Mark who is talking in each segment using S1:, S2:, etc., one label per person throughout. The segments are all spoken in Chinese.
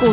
S1: 股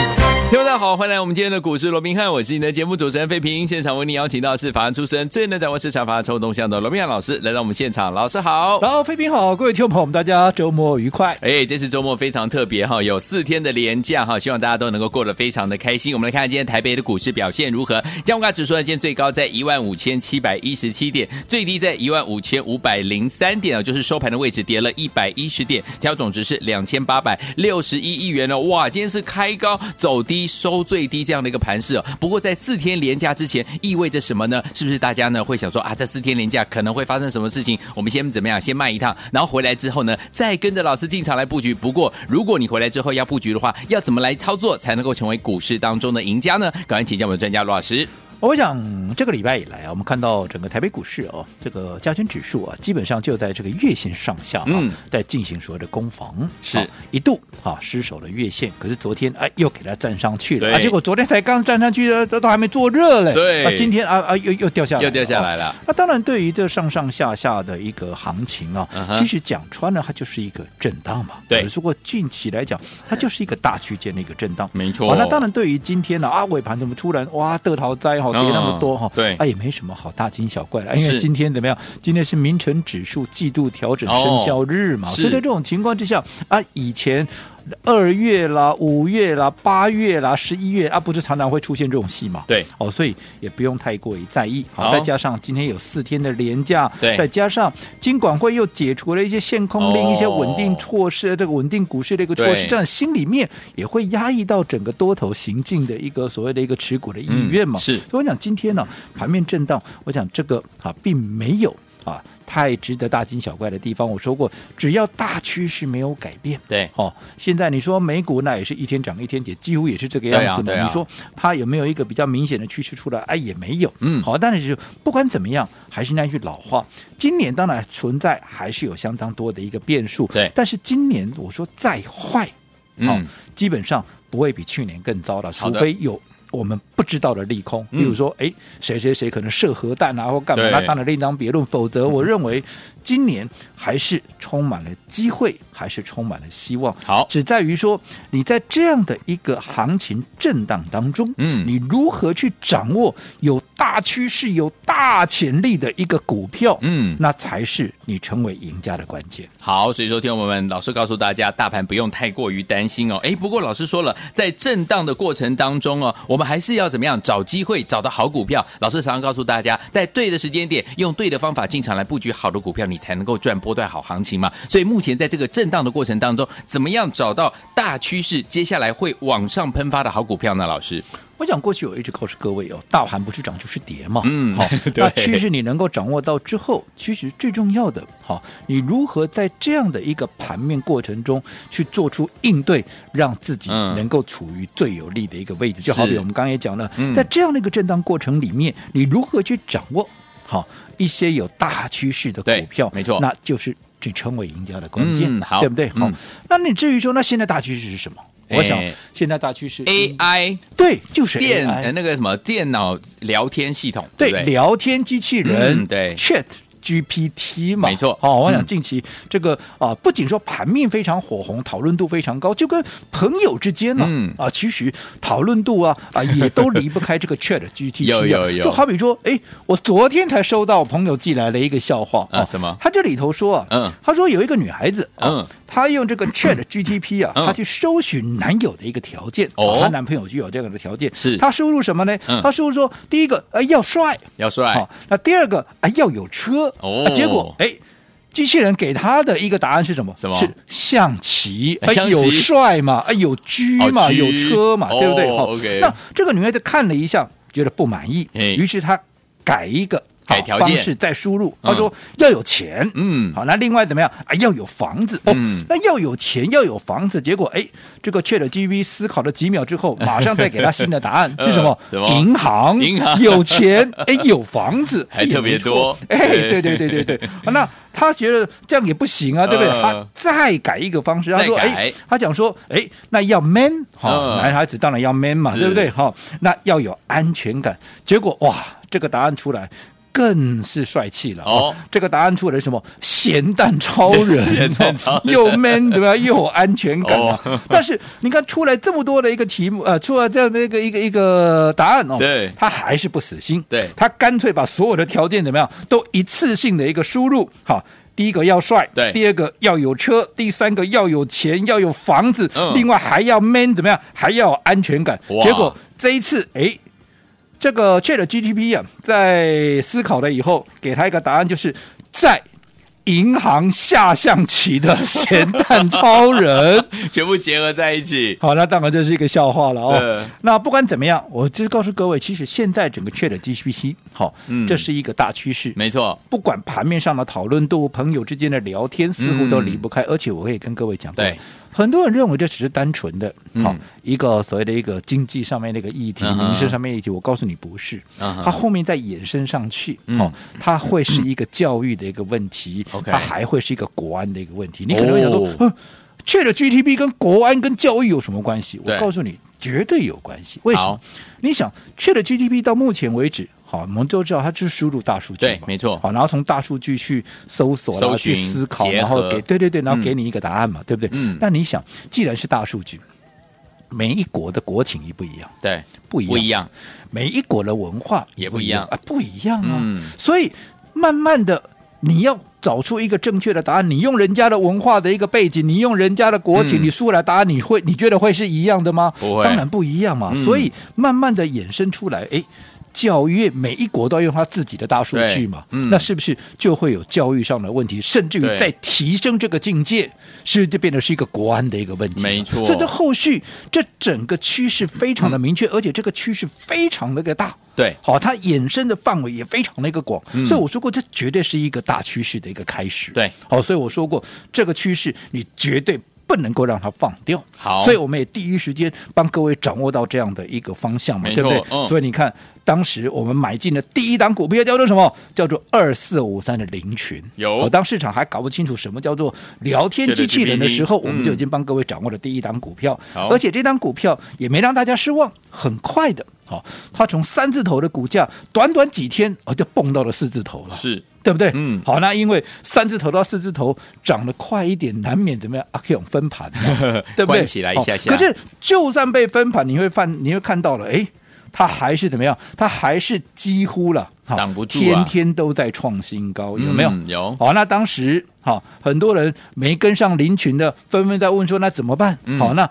S2: 听众大家好，欢迎来我们今天的股市罗宾汉，我是你的节目主持人费平。现场为您邀请到是法案出身、最能掌握市场法案抽动向的罗宾汉老师来到我们现场，老师好。
S3: 然后，飞平好，各位听众朋友们，大家周末愉快。
S2: 哎，这次周末非常特别哈，有四天的连假哈，希望大家都能够过得非常的开心。我们来看今天台北的股市表现如何？加权指数呢，今天最高在一万五千七百一十七点，最低在一万五千五百零三点啊，就是收盘的位置跌了一百一十点，调总值是两千八百六十一亿元哦。哇，今天是开高哦走低收最低这样的一个盘势哦。不过在四天连假之前，意味着什么呢？是不是大家呢会想说啊，这四天连假可能会发生什么事情？我们先怎么样？先卖一趟，然后回来之后呢，再跟着老师进场来布局。不过如果你回来之后要布局的话，要怎么来操作才能够成为股市当中的赢家呢？赶快请教我们的专家罗老师。
S3: 我想这个礼拜以来啊，我们看到整个台北股市哦，这个加权指数啊，基本上就在这个月线上下、啊，
S2: 嗯
S3: 在进行所谓的攻防，
S2: 是
S3: 啊一度啊失守了月线，可是昨天哎又给它站上去
S2: 对
S3: 了，啊，结果昨天才刚站上去的，都都还没做热嘞，
S2: 对
S3: 啊，今天啊啊又又掉下来了，
S2: 又掉下
S3: 哦
S2: 来了
S3: 那当然，对于这上上下下的一个行情啊
S2: 嗯，哼
S3: 其实讲穿了，它就是一个震荡嘛。
S2: 对
S3: 如果近期来讲，它就是一个大区间的一个震荡。
S2: 没错
S3: 好那当然，对于今天呢，啊，尾盘怎么突然哇，得逃灾哈，跌那么多哈
S2: 嗯，对
S3: 啊，也没什么好大惊小怪的，因
S2: 是
S3: 为今天怎么样？今天是明晨指数季度调整
S2: 哦
S3: 生效日嘛，
S2: 是
S3: 所以在这种情况之下啊，以前。二月啦、五月啦、八月啦、十一月啊，不是常常会出现这种戏嘛？
S2: 对
S3: 哦，所以也不用太过于在意。
S2: 好
S3: 再加上今天有四天的连假，
S2: 对
S3: 再加上金管会又解除了一些限空令、
S2: 哦
S3: 一些稳定措施，这个稳定股市的一个措施
S2: 对，
S3: 这样心里面也会压抑到整个多头行进的一个所谓的一个持股的意愿嘛。
S2: 嗯是
S3: 所以我讲今天呢、盘面震荡，我讲这个啊，并没有啊太值得大惊小怪的地方。我说过，只要大趋势没有改变，
S2: 对
S3: 哦，现在你说美股那也是一天涨一天跌，几乎也是这个
S2: 对啊
S3: 样子嘛。
S2: 对啊
S3: 你说它有没有一个比较明显的趋势出来？哎，也没有。
S2: 嗯
S3: 好，但是就不管怎么样，还是那句老话，今年当然存在还是有相当多的一个变数。
S2: 对
S3: 但是今年我说再坏，
S2: 嗯
S3: 哦，基本上不会比去年更糟了，
S2: 好
S3: 除
S2: 的
S3: 非有。我们不知道的利空，
S2: 嗯
S3: 比如说，哎、谁谁谁可能射核弹啊，或干嘛？
S2: 对嗯
S3: 那当然另当别论。否则，我认为今年还是充满了机会，还是充满了希望。
S2: 好
S3: 只在于说你在这样的一个行情震荡当中，
S2: 嗯
S3: 你如何去掌握有大趋势、有大潜力的一个股票，
S2: 嗯
S3: 那才是你成为赢家的关键。
S2: 好，所以说听我们老师告诉大家，大盘不用太过于担心哦。诶，不过老师说了，在震荡的过程当中哦，我们还是要怎么样找机会，找到好股票。老师常常告诉大家，在对的时间点，用对的方法进场来布局好的股票，你才能够赚波段好行情嘛。所以目前在这个震荡的过程当中，怎么样找到大趋势，接下来会往上喷发的好股票呢？老师，
S3: 我想过去我一直告诉各位哦，大盘不是涨就是跌嘛，
S2: 嗯，
S3: 好
S2: 对
S3: 那趋势你能够掌握到之后，其实最重要的，好，你如何在这样的一个盘面过程中去做出应对，让自己
S2: 嗯
S3: 能够处于最有利的一个位置，就是好比我们刚刚也讲了，
S2: 嗯
S3: 在这样的一个震荡过程里面，你如何去掌握好一些有大趋势的
S2: 对
S3: 股票，
S2: 没错
S3: 那就是你成为赢家的关键，
S2: 嗯好
S3: 对不对？好，
S2: 嗯
S3: 那你至于说，那现在大趋势是什么？我想
S2: 哎
S3: 现在大趋势应
S2: AI
S3: 对，就是
S2: 电
S3: AI
S2: 呃那个什么电脑聊天系统，对
S3: 对
S2: 不对？
S3: 聊天机器人，
S2: 嗯对
S3: ，Chat。GPT 嘛，
S2: 没错
S3: 哦，我想
S2: 嗯
S3: 近期这个啊、不仅说盘面非常火红，讨论度非常高，就跟朋友之间呢、啊，
S2: 嗯
S3: 其实讨论度啊啊，也都离不开这个 Chat GPT
S2: 有
S3: 啊、
S2: 有有
S3: 就好比说，哎，我昨天才收到我朋友寄来了一个笑话
S2: 啊什么
S3: 他这里头说啊，
S2: 嗯
S3: 他说有一个女孩子，啊、
S2: 嗯
S3: 她用这个 Chat GPT 啊，
S2: 嗯
S3: 她去搜寻男友的一个条件，
S2: 哦
S3: 啊她男朋友就有这样的条件，
S2: 是
S3: 她输入什么呢？
S2: 嗯
S3: 她输入说，第一个，呃，要帅。
S2: 要帅
S3: 好，那第二个啊要有车
S2: 哦
S3: 啊结果哎。机器人给他的一个答案是什么？
S2: 什么
S3: 是象棋，哎
S2: 象棋
S3: 有帅嘛，哎，有车嘛，
S2: 哦车
S3: 有车嘛，
S2: 哦
S3: 对不对？
S2: OK
S3: 那这个女孩子看了一下，觉得不满意，
S2: 嘿
S3: 于是她改一个好
S2: 改条件
S3: 方式再输入。他
S2: 嗯
S3: 说要有钱，
S2: 嗯
S3: 好，那另外怎么样啊？要有房子哦
S2: 嗯，
S3: 那要有钱，要有房子，结果哎，这个 Chat GP 思考了几秒之后，马上再给他新的答 案
S2: 呃
S3: 是什么
S2: 什么？
S3: 银行，
S2: 银行
S3: 有钱，哎，有房子，
S2: 还特别多
S3: 哎也
S2: 对
S3: 没错，哎，对对对对对，啊那他觉得这样也不 行啊，对不对？
S2: 呃
S3: 他再改一个方式，他说
S2: 再改
S3: 哎，他讲说哎，那要 man
S2: 嗯
S3: 好，男孩子当然要 man 嘛，
S2: 是
S3: 对不对？好，那要有安全感，结果哇，这个答案出来。更是帅气了
S2: 哦
S3: 这个答案出来是什么？咸蛋超 人，哦
S2: 咸蛋超人
S3: 又 man 对吧？又有安全感、啊。
S2: 哦
S3: 但是你看出来这么多的一个题目，呃，出来这样的一个一个一个答案哦，
S2: 对
S3: 他还是不死心，
S2: 对
S3: 他干脆把所有的条件怎么样，都一次性的一个输入，好。第一个要帅，
S2: 对
S3: 第二个要有车，第三个要有钱，要有房子，
S2: 嗯
S3: 另外还要 man 怎么样，还要有安全感。
S2: 哇
S3: 结果这一次，哎，这个 Chat GTP 啊，在思考了以后，给他一个答案，就是在银行下象棋的咸蛋超 人。
S2: 全部结合在一起。
S3: 好，那当然这是一个笑话了
S2: 对
S3: 哦。那不管怎么样，我就是告诉各位，其实现在整个 Chat GPT 好，
S2: 嗯
S3: 这是一个大趋势。
S2: 没错，
S3: 不管盘面上的讨论度、朋友之间的聊天，似乎都离不开。而且我可以跟各位讲，
S2: 对，
S3: 很多人认为这只是单纯的，
S2: 嗯
S3: 好、一个所谓的一个经济上面的一个议题、
S2: 嗯哼
S3: 民生上面的议题。我告诉你，不是，
S2: 嗯哼
S3: 它后面再衍生上去，
S2: 嗯
S3: 哦，它会是一个教育的一个问题，
S2: OK
S3: 它还会是一个国安的一个问题。你可能会想说
S2: 哦，
S3: 嗯、确了 GTP 跟国安跟教育有什么关系？
S2: 对
S3: 我告诉你，绝对有关系。为什
S2: 好
S3: 么？你想，确了 GTP 到目前为止。好，我们都知道它就是输入大数据
S2: 对
S3: 嘛
S2: 没错
S3: 好，然后从大数据去搜索，然
S2: 搜
S3: 后
S2: 寻
S3: 去思考，
S2: 结合
S3: 然后给对对对，然后
S2: 嗯
S3: 给你一个答案嘛，对不对？
S2: 嗯
S3: 那你想，既然是大数据，每一国的国情一不一样，
S2: 对，
S3: 不一样
S2: 不一样，
S3: 每一国的文化
S2: 也不
S3: 不
S2: 一
S3: 一
S2: 样
S3: 啊，不一样啊。
S2: 嗯
S3: 所以慢慢的，你要找出一个正确的答案。你用人家的文化的一个背景，你用人家的国情，
S2: 嗯
S3: 你出来答案，你会你觉得会是一样的吗？
S2: 不会
S3: 当然不一样嘛。
S2: 嗯
S3: 所以慢慢的衍生出来，哎。教育每一国都要用他自己的大数据嘛，
S2: 对嗯
S3: 那是不是就会有教育上的问题，甚至于
S2: 对
S3: 在提升这个境界，是不是就变得是一个国安的一个问题了？
S2: 没错
S3: 所以这后续这整个趋势非常的明确，而且这个趋势非常的个大。
S2: 对，
S3: 好，它衍生的范围也非常的一个广，
S2: 嗯
S3: 所以我说过，这绝对是一个大趋势的一个开始。
S2: 对，
S3: 好，所以我说过，这个趋势你绝对。不能够让它放掉，
S2: 好
S3: 所以我们也第一时间帮各位掌握到这样的一个方向嘛，
S2: 没
S3: 对不对
S2: 错？嗯
S3: 所以你看，当时我们买进的第一档股票叫做什么？叫做二四五三的林群。
S2: 有
S3: 好当市场还搞不清楚什么叫做聊天机器人的时候，我们就已经帮各位掌握了第一档股票，
S2: 嗯好
S3: 而且这档股票也没让大家失望，很快的，好、它从三字头的股价，短短几天哦就蹦到了四字头了。
S2: 是
S3: 对不对？
S2: 嗯
S3: 好，那因为三字头到四字头涨得快一点，难免怎么样？阿 Q 分盘 嘛，对不对？
S2: 关起来一下下
S3: 哦可是就算被分盘，你会犯，你会看到了，哎，它还是怎么样？它还是几乎了，好
S2: 挡不住啊
S3: 天天都在创新高，有没有？
S2: 嗯有
S3: 好，那当时好，很多人没跟上林群的，纷纷在问说，那怎么办？
S2: 嗯
S3: 好，那。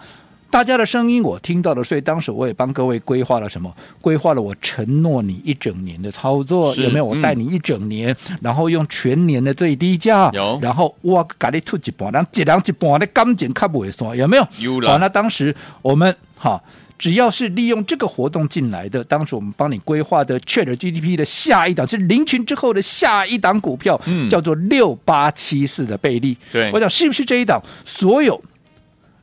S3: 大家的声音我听到了，所以当时我也帮各位规划了什么？规划了我承诺你一整年的操作，
S2: 是
S3: 有没有？我带
S2: 嗯
S3: 你一整年，然后用全年的最低价，
S2: 有
S3: 然后我给你吐一半，然后一人一半的感情较不会算，有没有？
S2: 有啦
S3: 好，那当时我们哈。只要是利用这个活动进来的，当时我们帮你规划的 Chat GDP 的下一档是零群之后的下一档股票，
S2: 嗯
S3: 叫做六八七四的贝利。
S2: 对
S3: 我想是不是这一档所有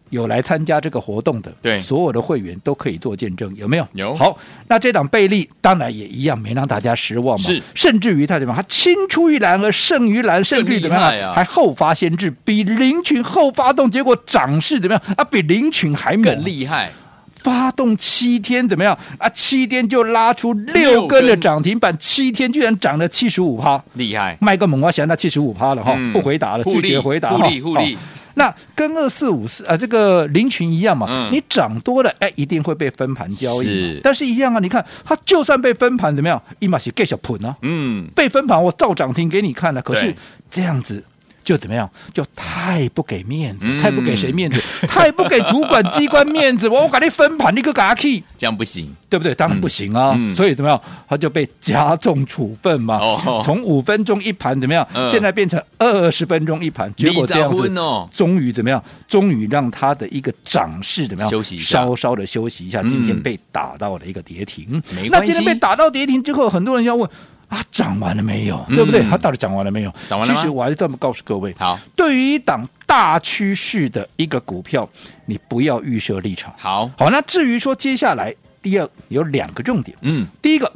S3: 有来参加这个活动的，
S2: 对
S3: 所有的会员都可以做见证，有没有？
S2: 有
S3: 好，那这档贝利当然也一样没让大家失望嘛，
S2: 是
S3: 甚至于他怎么样，他青出于蓝而胜于蓝，甚至于怎么
S2: 更厉害
S3: 样、
S2: 啊
S3: 还后发先至，比林群后发动，结果涨势怎么样啊？比林群还猛
S2: 更厉害，
S3: 发动七天怎么样啊？七天就拉出六根
S2: 六
S3: 的
S2: 根
S3: 涨停板，七天居然涨了七十五趴。
S2: 厉害，
S3: 麦克猛蛙想到七十五趴了哈、
S2: 嗯
S3: 不回答了，
S2: 互
S3: 拒
S2: 利
S3: 绝回答
S2: 互
S3: 哈
S2: 利互利
S3: 哦那跟二四五四啊，这个林群一样嘛，
S2: 嗯
S3: 你涨多了，哎，一定会被分盘交易嘛。
S2: 是
S3: 但是一样啊，你看它就算被分盘怎么样，一码是 get 小盆啊，
S2: 嗯，
S3: 被分盘我照涨停给你看了，可是
S2: 对
S3: 这样子。就怎么样，就太不给面子，
S2: 嗯
S3: 太不给谁面子，太不给主管机关面子。我我给你分盘，你个嘎 key，
S2: 这样不行，
S3: 对不对？当然不行啊，
S2: 嗯嗯
S3: 所以怎么样，他就被加重处分嘛。
S2: 哦
S3: 从五分钟一盘怎么样，
S2: 嗯
S3: 现在变成二十分钟一盘，结果这样
S2: 你早
S3: 子
S2: 昏，哦
S3: 终于怎么样？终于让他的一个涨势怎么样？
S2: 休息一下
S3: 稍稍的休息一下。
S2: 嗯
S3: 今天被打到了一个跌停，
S2: 没关系
S3: 那今天被打到跌停之后，很多人要问。啊，涨完了没有？对不对？
S2: 嗯
S3: 它到底涨完了没有？
S2: 涨完了吗
S3: 其实我还是这么告诉各位，
S2: 好，
S3: 对于一档大趋势的一个股票，你不要预设立场。
S2: 好，
S3: 好，那至于说接下来第二有两个重点，
S2: 嗯，
S3: 第一个，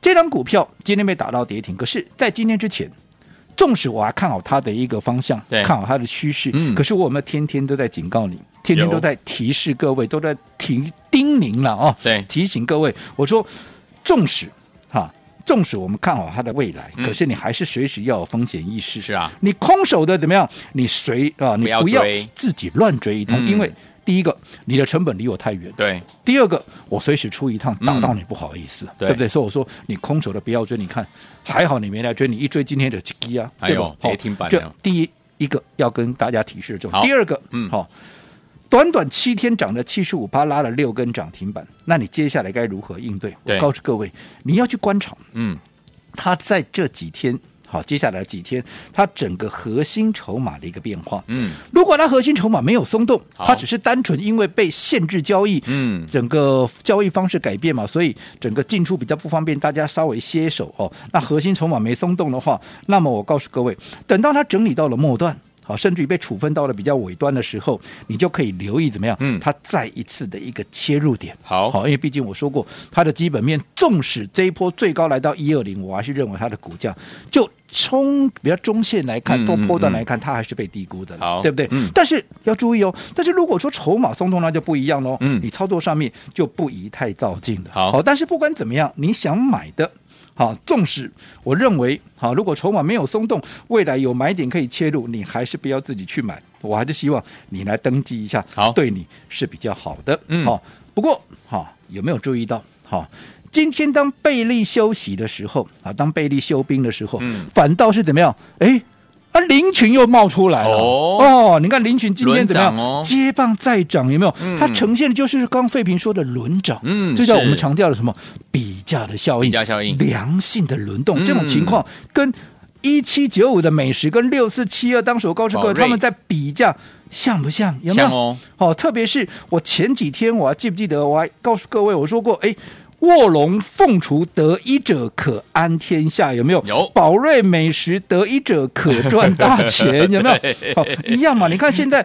S3: 这张股票今天被打到跌停，可是，在今天之前，纵使我还啊看好它的一个方向
S2: 对，
S3: 看好它的趋势，
S2: 嗯
S3: 可是我们天天都在警告你，天天
S2: 有
S3: 都在提示各位，都在提叮咛了哦，
S2: 对
S3: 提醒各位，我说，纵使哈、纵使我们看好它的未来，
S2: 嗯
S3: 可是你还是随时要有风险意识。
S2: 是啊，
S3: 你空手的怎么样？你随啊，你
S2: 不要
S3: 不要
S2: 追
S3: 自己乱追一通，
S2: 嗯
S3: 因为第一个，你的成本离我太远，
S2: 对，
S3: 第二个，我随时出一趟，打
S2: 嗯
S3: 到你不好意思，
S2: 对
S3: 对不对？所以我说你空手的不要追，你看还好你没来追，你一追今天的几滴啊，
S2: 哎呦
S3: 对吧？好
S2: 跌停板了
S3: 这第一一个要跟大家提示的重点
S2: 好
S3: 第二个，
S2: 嗯
S3: 好、短短七天涨了七十五趴，拉了六根涨停板，那你接下来该如何应对？我
S2: 对
S3: 告诉各位，你要去观察
S2: 嗯，
S3: 它在这几天。好，接下来几天，它整个核心筹码的一个变化。
S2: 嗯，
S3: 如果它核心筹码没有松动，
S2: 好
S3: 它只是单纯因为被限制交易，
S2: 嗯
S3: 整个交易方式改变嘛，所以整个进出比较不方便，大家稍微歇手哦。那核心筹码没松动的话，那么我告诉各位，等到它整理到了末段。好，甚至于被处分到了比较尾端的时候，你就可以留意怎么样？
S2: 嗯
S3: 它再一次的一个切入点。
S2: 好
S3: 好，因为毕竟我说过，它的基本面，纵使这一波最高来到一二零，我还是认为它的股价就冲比较中线来看，
S2: 嗯
S3: 多
S2: 嗯
S3: 波
S2: 嗯
S3: 段来看，它还是被低估的了，
S2: 好
S3: 对不对？
S2: 嗯
S3: 但是要注意哦，但是如果说筹码松动，那就不一样喽。
S2: 嗯
S3: 你操作上面就不宜太照进了。
S2: 好
S3: 但是不管怎么样，你想买的。好，纵使我认为，好，如果筹码没有松动，未来有买点可以切入，你还是不要自己去买。我还是希望你来登记一下，
S2: 好
S3: 对你是比较好的。
S2: 嗯
S3: 好、不过好、有没有注意到？好、今天当贝利休息的时候啊，当贝利休兵的时候，
S2: 嗯
S3: 反倒是怎么样？哎，啊，林群又冒出来了。
S2: 哦
S3: 你看林群今天怎么样？
S2: 轮涨哦
S3: 接棒再涨，有没有？
S2: 嗯
S3: 它呈现的就是刚刚费平说的轮涨，
S2: 嗯
S3: 这叫
S2: 是
S3: 我们强调的什么比价的效
S2: 比
S3: 应？
S2: 价效应
S3: 良性的轮动，
S2: 嗯
S3: 这种情况跟一七九五的美食跟六四七二当时我告诉各
S2: 宝
S3: 位，
S2: 瑞
S3: 他们在比价像不像？有没有？
S2: 像哦
S3: 哦，特别是我前几天我还记不记得，我还告诉各位我说过，哎。卧龙凤雏，得一者可安天下，有没有？
S2: 有
S3: 宝瑞美食，得一者可赚大钱， 有没有？好、一样嘛。你看现在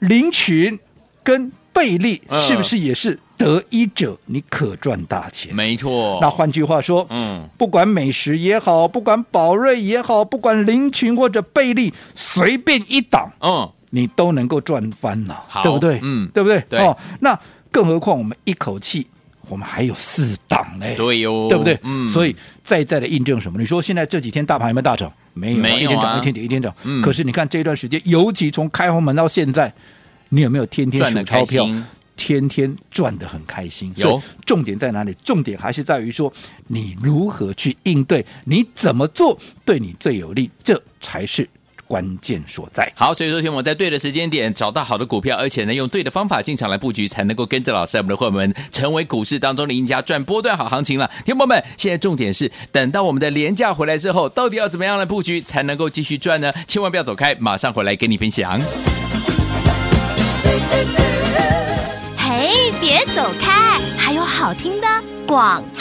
S3: 林群跟贝利
S2: 嗯
S3: 是不是也是得一者你可赚大钱？
S2: 没错，
S3: 那换句话说，
S2: 嗯，
S3: 不管美食也好，不管宝瑞也好，不管林群或者贝利，随便一档
S2: 嗯，
S3: 你都能够赚翻了
S2: 好，
S3: 对不对？
S2: 嗯
S3: 对不对？
S2: 对，
S3: 那更何况我们一口气，我们还有四档嘞，
S2: 对哟，
S3: 对不对？
S2: 嗯，
S3: 所以再再的印证什么？你说现在这几天大盘有没有大涨？没有啊，
S2: 没
S3: 一
S2: 有啊
S3: 天涨一天跌一天涨。
S2: 嗯
S3: 可是你看这一段时间，尤其从开红门到现在，你有没有天天
S2: 赚
S3: 数
S2: 得开
S3: 钞票
S2: 心？
S3: 天天赚得很开心，
S2: 有
S3: 所以重点在哪里？重点还是在于说你如何去应对，你怎么做对你最有利，这才是关键所在。
S2: 好，所以说，请我们在对的时间点找到好的股票，而且呢，用对的方法进场来布局，才能够跟着老师我们的伙伴们成为股市当中的赢家，赚波段好行情了。听众朋友们，现在重点是等到我们的廉价回来之后，到底要怎么样来布局才能够继续赚呢？千万不要走开，马上回来跟你分享。
S1: 嘿，别走开，还有好听的广告。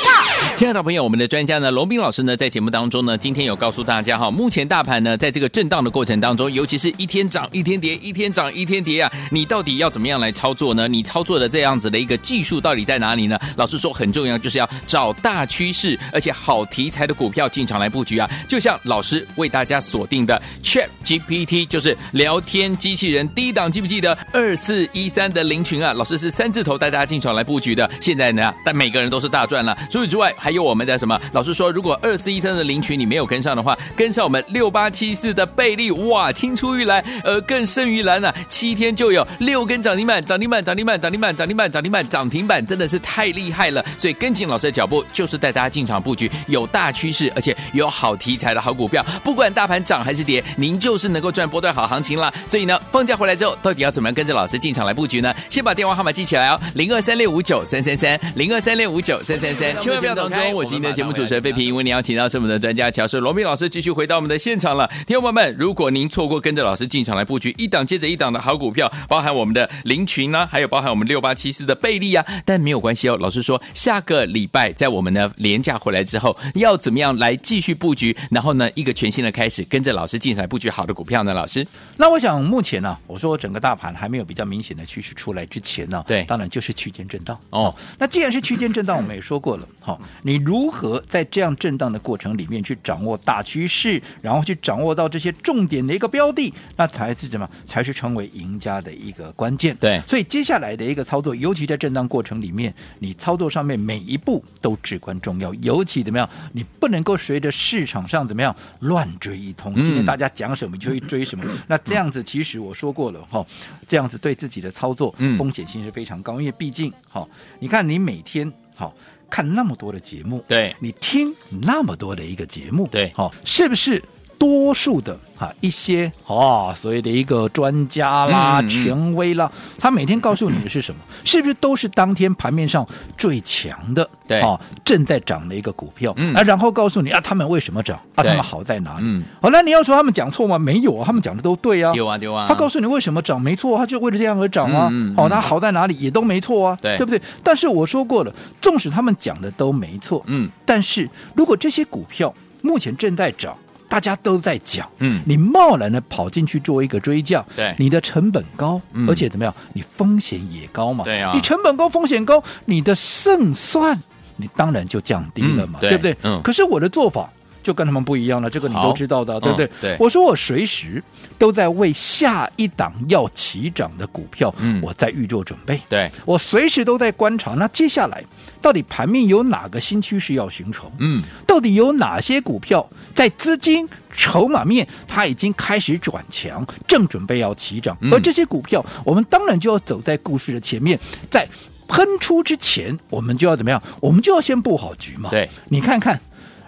S2: 亲爱的朋友，我们的专家呢，龙斌老师呢，在节目当中呢，今天有告诉大家哈，目前大盘呢，在这个震荡的过程当中，尤其是一天涨一天跌，一天涨一天跌啊，你到底要怎么样来操作呢？你操作的这样子的一个技术到底在哪里呢？老师说很重要，就是要找大趋势，而且好题材的股票进场来布局啊。就像老师为大家锁定的 Chat GPT，就是聊天机器人第一档，记不记得二四一三的林群啊？老师是三字头带大家进场来布局的，现在呢，但每个人都是大赚了。除此之外，还有我们的什么？老师说，如果二四一三的林群你没有跟上的话，跟上我们六八七四的贝利，哇，青出于蓝而更胜于蓝啊！七天就有六根涨停板，涨停板，涨停板，涨停板，涨停板，涨停板，涨停板，真的是太厉害了。所以跟紧老师的脚步，就是带大家进场布局有大趋势，而且有好题材的好股票，不管大盘涨还是跌，您就是能够赚波段好行情啦。所以呢，放假回来之后，到底要怎么样跟着老师进场来布局呢？先把电话号码记起来哦，零二三六五九三三三，零二三六五九三三三，千万不要走开。开，我是您的节目主持人费平，为您邀请到是我们的专家乔氏罗密老师继续回到我们的现场了。听众朋友们，如果您错过跟着老师进场来布局一档接着一档的好股票，包含我们的林群呢、还有包含我们六八七四的贝利啊，但没有关系哦。老师说，下个礼拜在我们的廉价回来之后，要怎么样来继续布局，然后呢，一个全新的开始，跟着老师进场来布局好的股票呢？老师，
S3: 那我想目前呢、我说整个大盘还没有比较明显的趋势出来之前呢、
S2: 对
S3: 当然就是区间震荡
S2: 哦。
S3: 那既然是区间震荡，我们也说过了，好、你如何在这样震荡的过程里面去掌握大趋势，然后去掌握到这些重点的一个标的，那才是什么？才是成为赢家的一个关键。
S2: 对
S3: 所以接下来的一个操作，尤其在震荡过程里面，你操作上面每一步都至关重要，尤其怎么样，你不能够随着市场上怎么样乱追一通。
S2: 嗯
S3: 今天大家讲什么你就去追什么，那这样子其实我说过了哈、这样子对自己的操作
S2: 嗯
S3: 风险性是非常高，因为毕竟哈、你看你每天好、看那么多的节目，
S2: 对
S3: 你听那么多的一个节目，
S2: 对
S3: 好、是不是？多数的啊一些哦，所谓的一个专家啦、
S2: 嗯嗯
S3: 权威啦，他每天告诉你的 是什么？是不是都是当天盘面上最强的？
S2: 对
S3: 哦，正在涨的一个股票，
S2: 嗯
S3: 啊，然后告诉你啊，他们为什么涨啊，
S2: 对
S3: 他们好在哪里？
S2: 嗯
S3: 好，那你要说他们讲错吗？没有啊，他们讲的都对啊。
S2: 丢啊丢啊，
S3: 他告诉你为什么涨，没错，他就为了这样而涨啊。
S2: 嗯嗯嗯
S3: 哦，那好在哪里也都没错啊，
S2: 对
S3: 不对？但是我说过了，纵使他们讲的都没错，
S2: 嗯
S3: 但是如果这些股票目前正在涨，大家都在讲，
S2: 嗯
S3: 你贸然的跑进去做一个追价，
S2: 对
S3: 你的成本高，
S2: 嗯
S3: 而且怎么样，你风险也高嘛，
S2: 对啊
S3: 你成本高，风险高，你的胜算你当然就降低了嘛，
S2: 嗯对
S3: 不对？
S2: 嗯
S3: 可是我的做法。就跟他们不一样了，这个你
S2: 好
S3: 都知道的，对不对？
S2: 嗯对
S3: 我说我随时都在为下一档要起涨的股票，
S2: 嗯
S3: 我在预做准备。
S2: 对，
S3: 我随时都在观察，那接下来到底盘面有哪个新趋势要寻求？
S2: 嗯
S3: 到底有哪些股票在资金筹码面它已经开始转强，正准备要起涨？
S2: 嗯
S3: 而这些股票，我们当然就要走在故事的前面，在喷出之前，我们就要怎么样？我们就要先布好局嘛。
S2: 对，
S3: 你看看。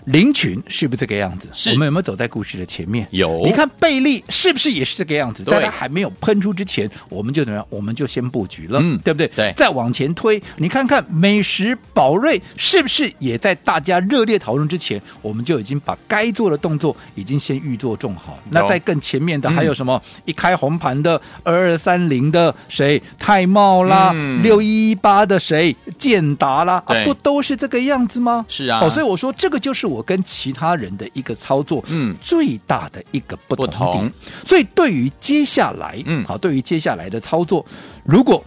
S3: 林群是不是这个样子？
S2: 是
S3: 我们有没有走在故事的前面？
S2: 有
S3: 你看贝利是不是也是这个样子？
S2: 对
S3: 在它还没有喷出之前，我们就怎么样？我们就先布局了，
S2: 嗯
S3: 对不对？
S2: 对
S3: 再往前推，你看看美食宝瑞是不是也在大家热烈讨论之前，我们就已经把该做的动作已经先预做重好。那在更前面的还有什
S2: 嗯
S3: 么？一开红盘的二二三零的谁泰茂啦，
S2: 嗯
S3: 六一一八的谁建达啦、啊
S2: 对
S3: 不都是这个样子吗？
S2: 是啊
S3: 哦，所以我说这个就是我跟其他人的一个操作，
S2: 嗯
S3: 最大的一个不同
S2: 不同
S3: 点所以对于接下来，
S2: 嗯
S3: 好，对于接下来的操作，如果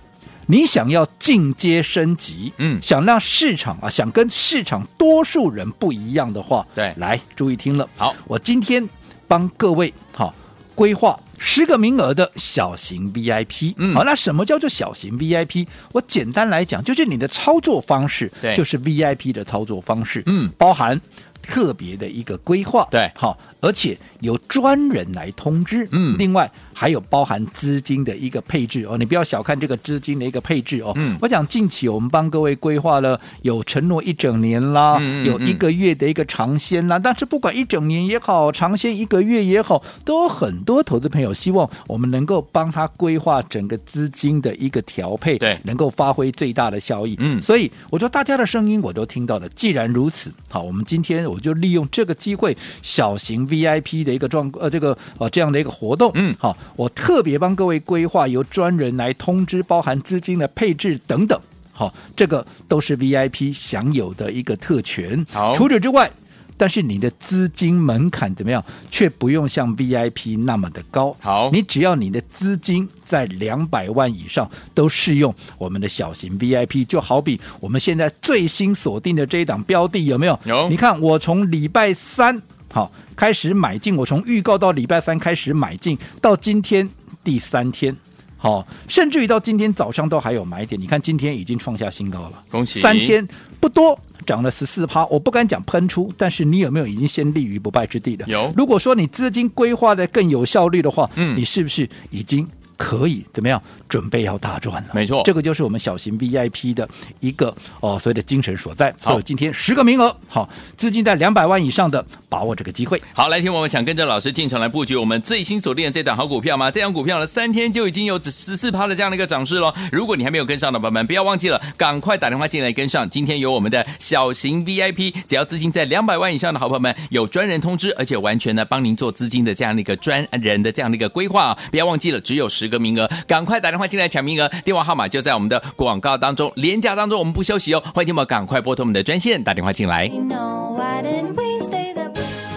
S3: 你想要进阶升级，
S2: 嗯
S3: 想让市场啊，想跟市场多数人不一样的话，
S2: 对
S3: 来注意听了。
S2: 好，
S3: 我今天帮各位好规划十个名额的小型 VIP。
S2: 嗯
S3: 好，那什么叫做小型 VIP？我简单来讲，就是你的操作方式，
S2: 对
S3: 就是 VIP 的操作方式，
S2: 嗯，
S3: 包含。特别的一个规划，
S2: 对
S3: 好，而且有专人来通知，
S2: 嗯
S3: 另外还有包含资金的一个配置哦，你不要小看这个资金的一个配置哦，
S2: 嗯
S3: 我讲近期我们帮各位规划了有承诺一整年啦，
S2: 嗯嗯
S3: 有一
S2: 嗯
S3: 个。一个月的一个尝鲜啦、但是不管一整年也好，尝鲜一个月也好，都有很多投资朋友希望我们能够帮他规划整个资金的一个调配，
S2: 对
S3: 能够发挥最大的效益。
S2: 嗯
S3: 所以我说大家的声音我都听到了。既然如此，好，我们今天我就利用这个机会，小型 VIP 的一个状呃这个呃这样的一个活动，
S2: 嗯
S3: 好，我特别帮各位规划由专人来通知，包含资金的配置等等。好，这个都是 VIP 享有的一个特权。
S2: 好
S3: 除此之外，但是你的资金门槛怎么样，却不用像 VIP 那么的高。
S2: 好
S3: 你只要你的资金在两百万以上，都适用我们的小型 VIP。就好比我们现在最新锁定的这一档标的，有没有？
S2: 有
S3: 你看，我从礼拜三好开始买进，我从预告到礼拜三开始买进，到今天第三天。好，甚至于到今天早上都还有买点，你看今天已经创下新高了，
S2: 恭喜
S3: 三天不多。涨了十四趴，我不敢讲喷出，但是你有没有已经先立于不败之地的？
S2: 有
S3: 如果说你资金规划的更有效率的话，
S2: 哦嗯
S3: 你是不是已经可以怎么样准备要大赚了。
S2: 没错
S3: 这个就是我们小型 VIP 的一个哦所谓的精神所在。
S2: 好
S3: 所以我今天十个名额，好，资金在两百万以上的，把握这个机会。
S2: 好，来听我们想跟着老师进场来布局我们最新锁定的这档好股票吗？这档股票呢，三天就已经有十四趴的这样的一个涨势喽。如果你还没有跟上的朋友们，不要忘记了，赶快打电话进来跟上。今天有我们的小型 VIP，只要资金在两百万以上的好朋友们，有专人通知，而且完全呢帮您做资金的这样的一个专人的这样的一个规划啊！不要忘记了，只有十个名额，赶快打电话进来抢名额，电话号码就在我们的广告当中，廉价当中我们不休息哦，欢迎听友们赶快拨通我们的专线打电话进来。
S4: You know why didn't we stay the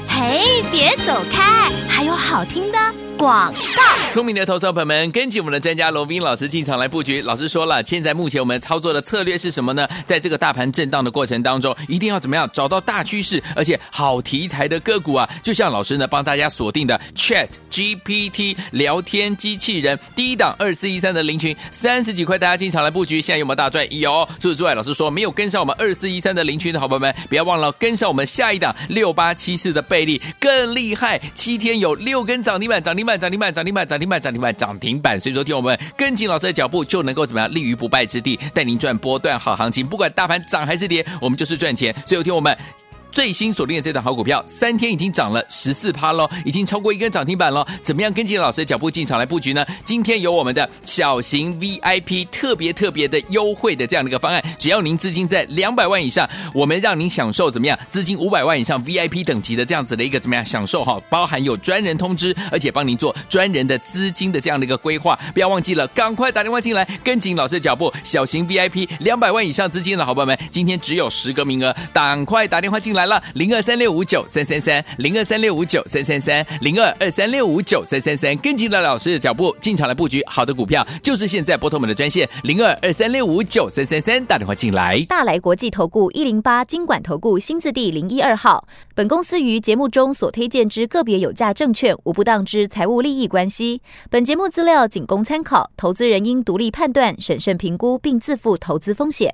S1: 嘿，别走开，还有好听的广告。
S2: 聪明的投资者朋友们，跟紧我们的专家罗斌老师进场来布局。老师说了，现在目前我们操作的策略是什么呢？在这个大盘震荡的过程当中，一定要怎么样找到大趋势，而且好题材的个股啊，就像老师呢帮大家锁定的 Chat GPT 聊天机器人第一档二四一三的零群三十几块，大家进场来布局，现在有没有大赚？有。除此之外，老师说没有跟上我们二四一三的零群的好朋友们，不要忘了跟上我们下一档六八七四的贝利，更厉害，七天有六根涨停板，涨停板，涨停板，涨停板，涨停板，涨停板，涨停板。所以说，听我们跟紧老师的脚步，就能够怎么样立于不败之地，带您赚波段好行情。不管大盘涨还是跌，我们就是赚钱。所以，听我们。最新锁定的这档好股票，三天已经涨了十四趴喽，已经超过一根涨停板喽。怎么样跟进老师的脚步进场来布局呢？今天有我们的小型 VIP 特别特别的优惠的这样的一个方案，只要您资金在两百万以上，我们让您享受怎么样？资金五百万以上 VIP 等级的这样子的一个怎么样享受哈？包含有专人通知，而且帮您做专人的资金的这样的一个规划。不要忘记了，赶快打电话进来，跟紧老师的脚步。小型 VIP 两百万以上资金的好朋友们，今天只有十个名额，赶快打电话进来了，零二三六五九三三三，零二三六五九三三三，零二二三六五九三三三，跟紧了老师的脚步，进场来布局好的股票，就是现在拨通我们的专线零二二三六五九三三三，打电话进来。
S5: 大来国际投顾一零八金管投顾新字第零一二号。本公司于节目中所推荐之个别有价证券，无不当之财务利益关系。本节目资料仅供参考，投资人应独立判断、审慎评估，并自负投资风险。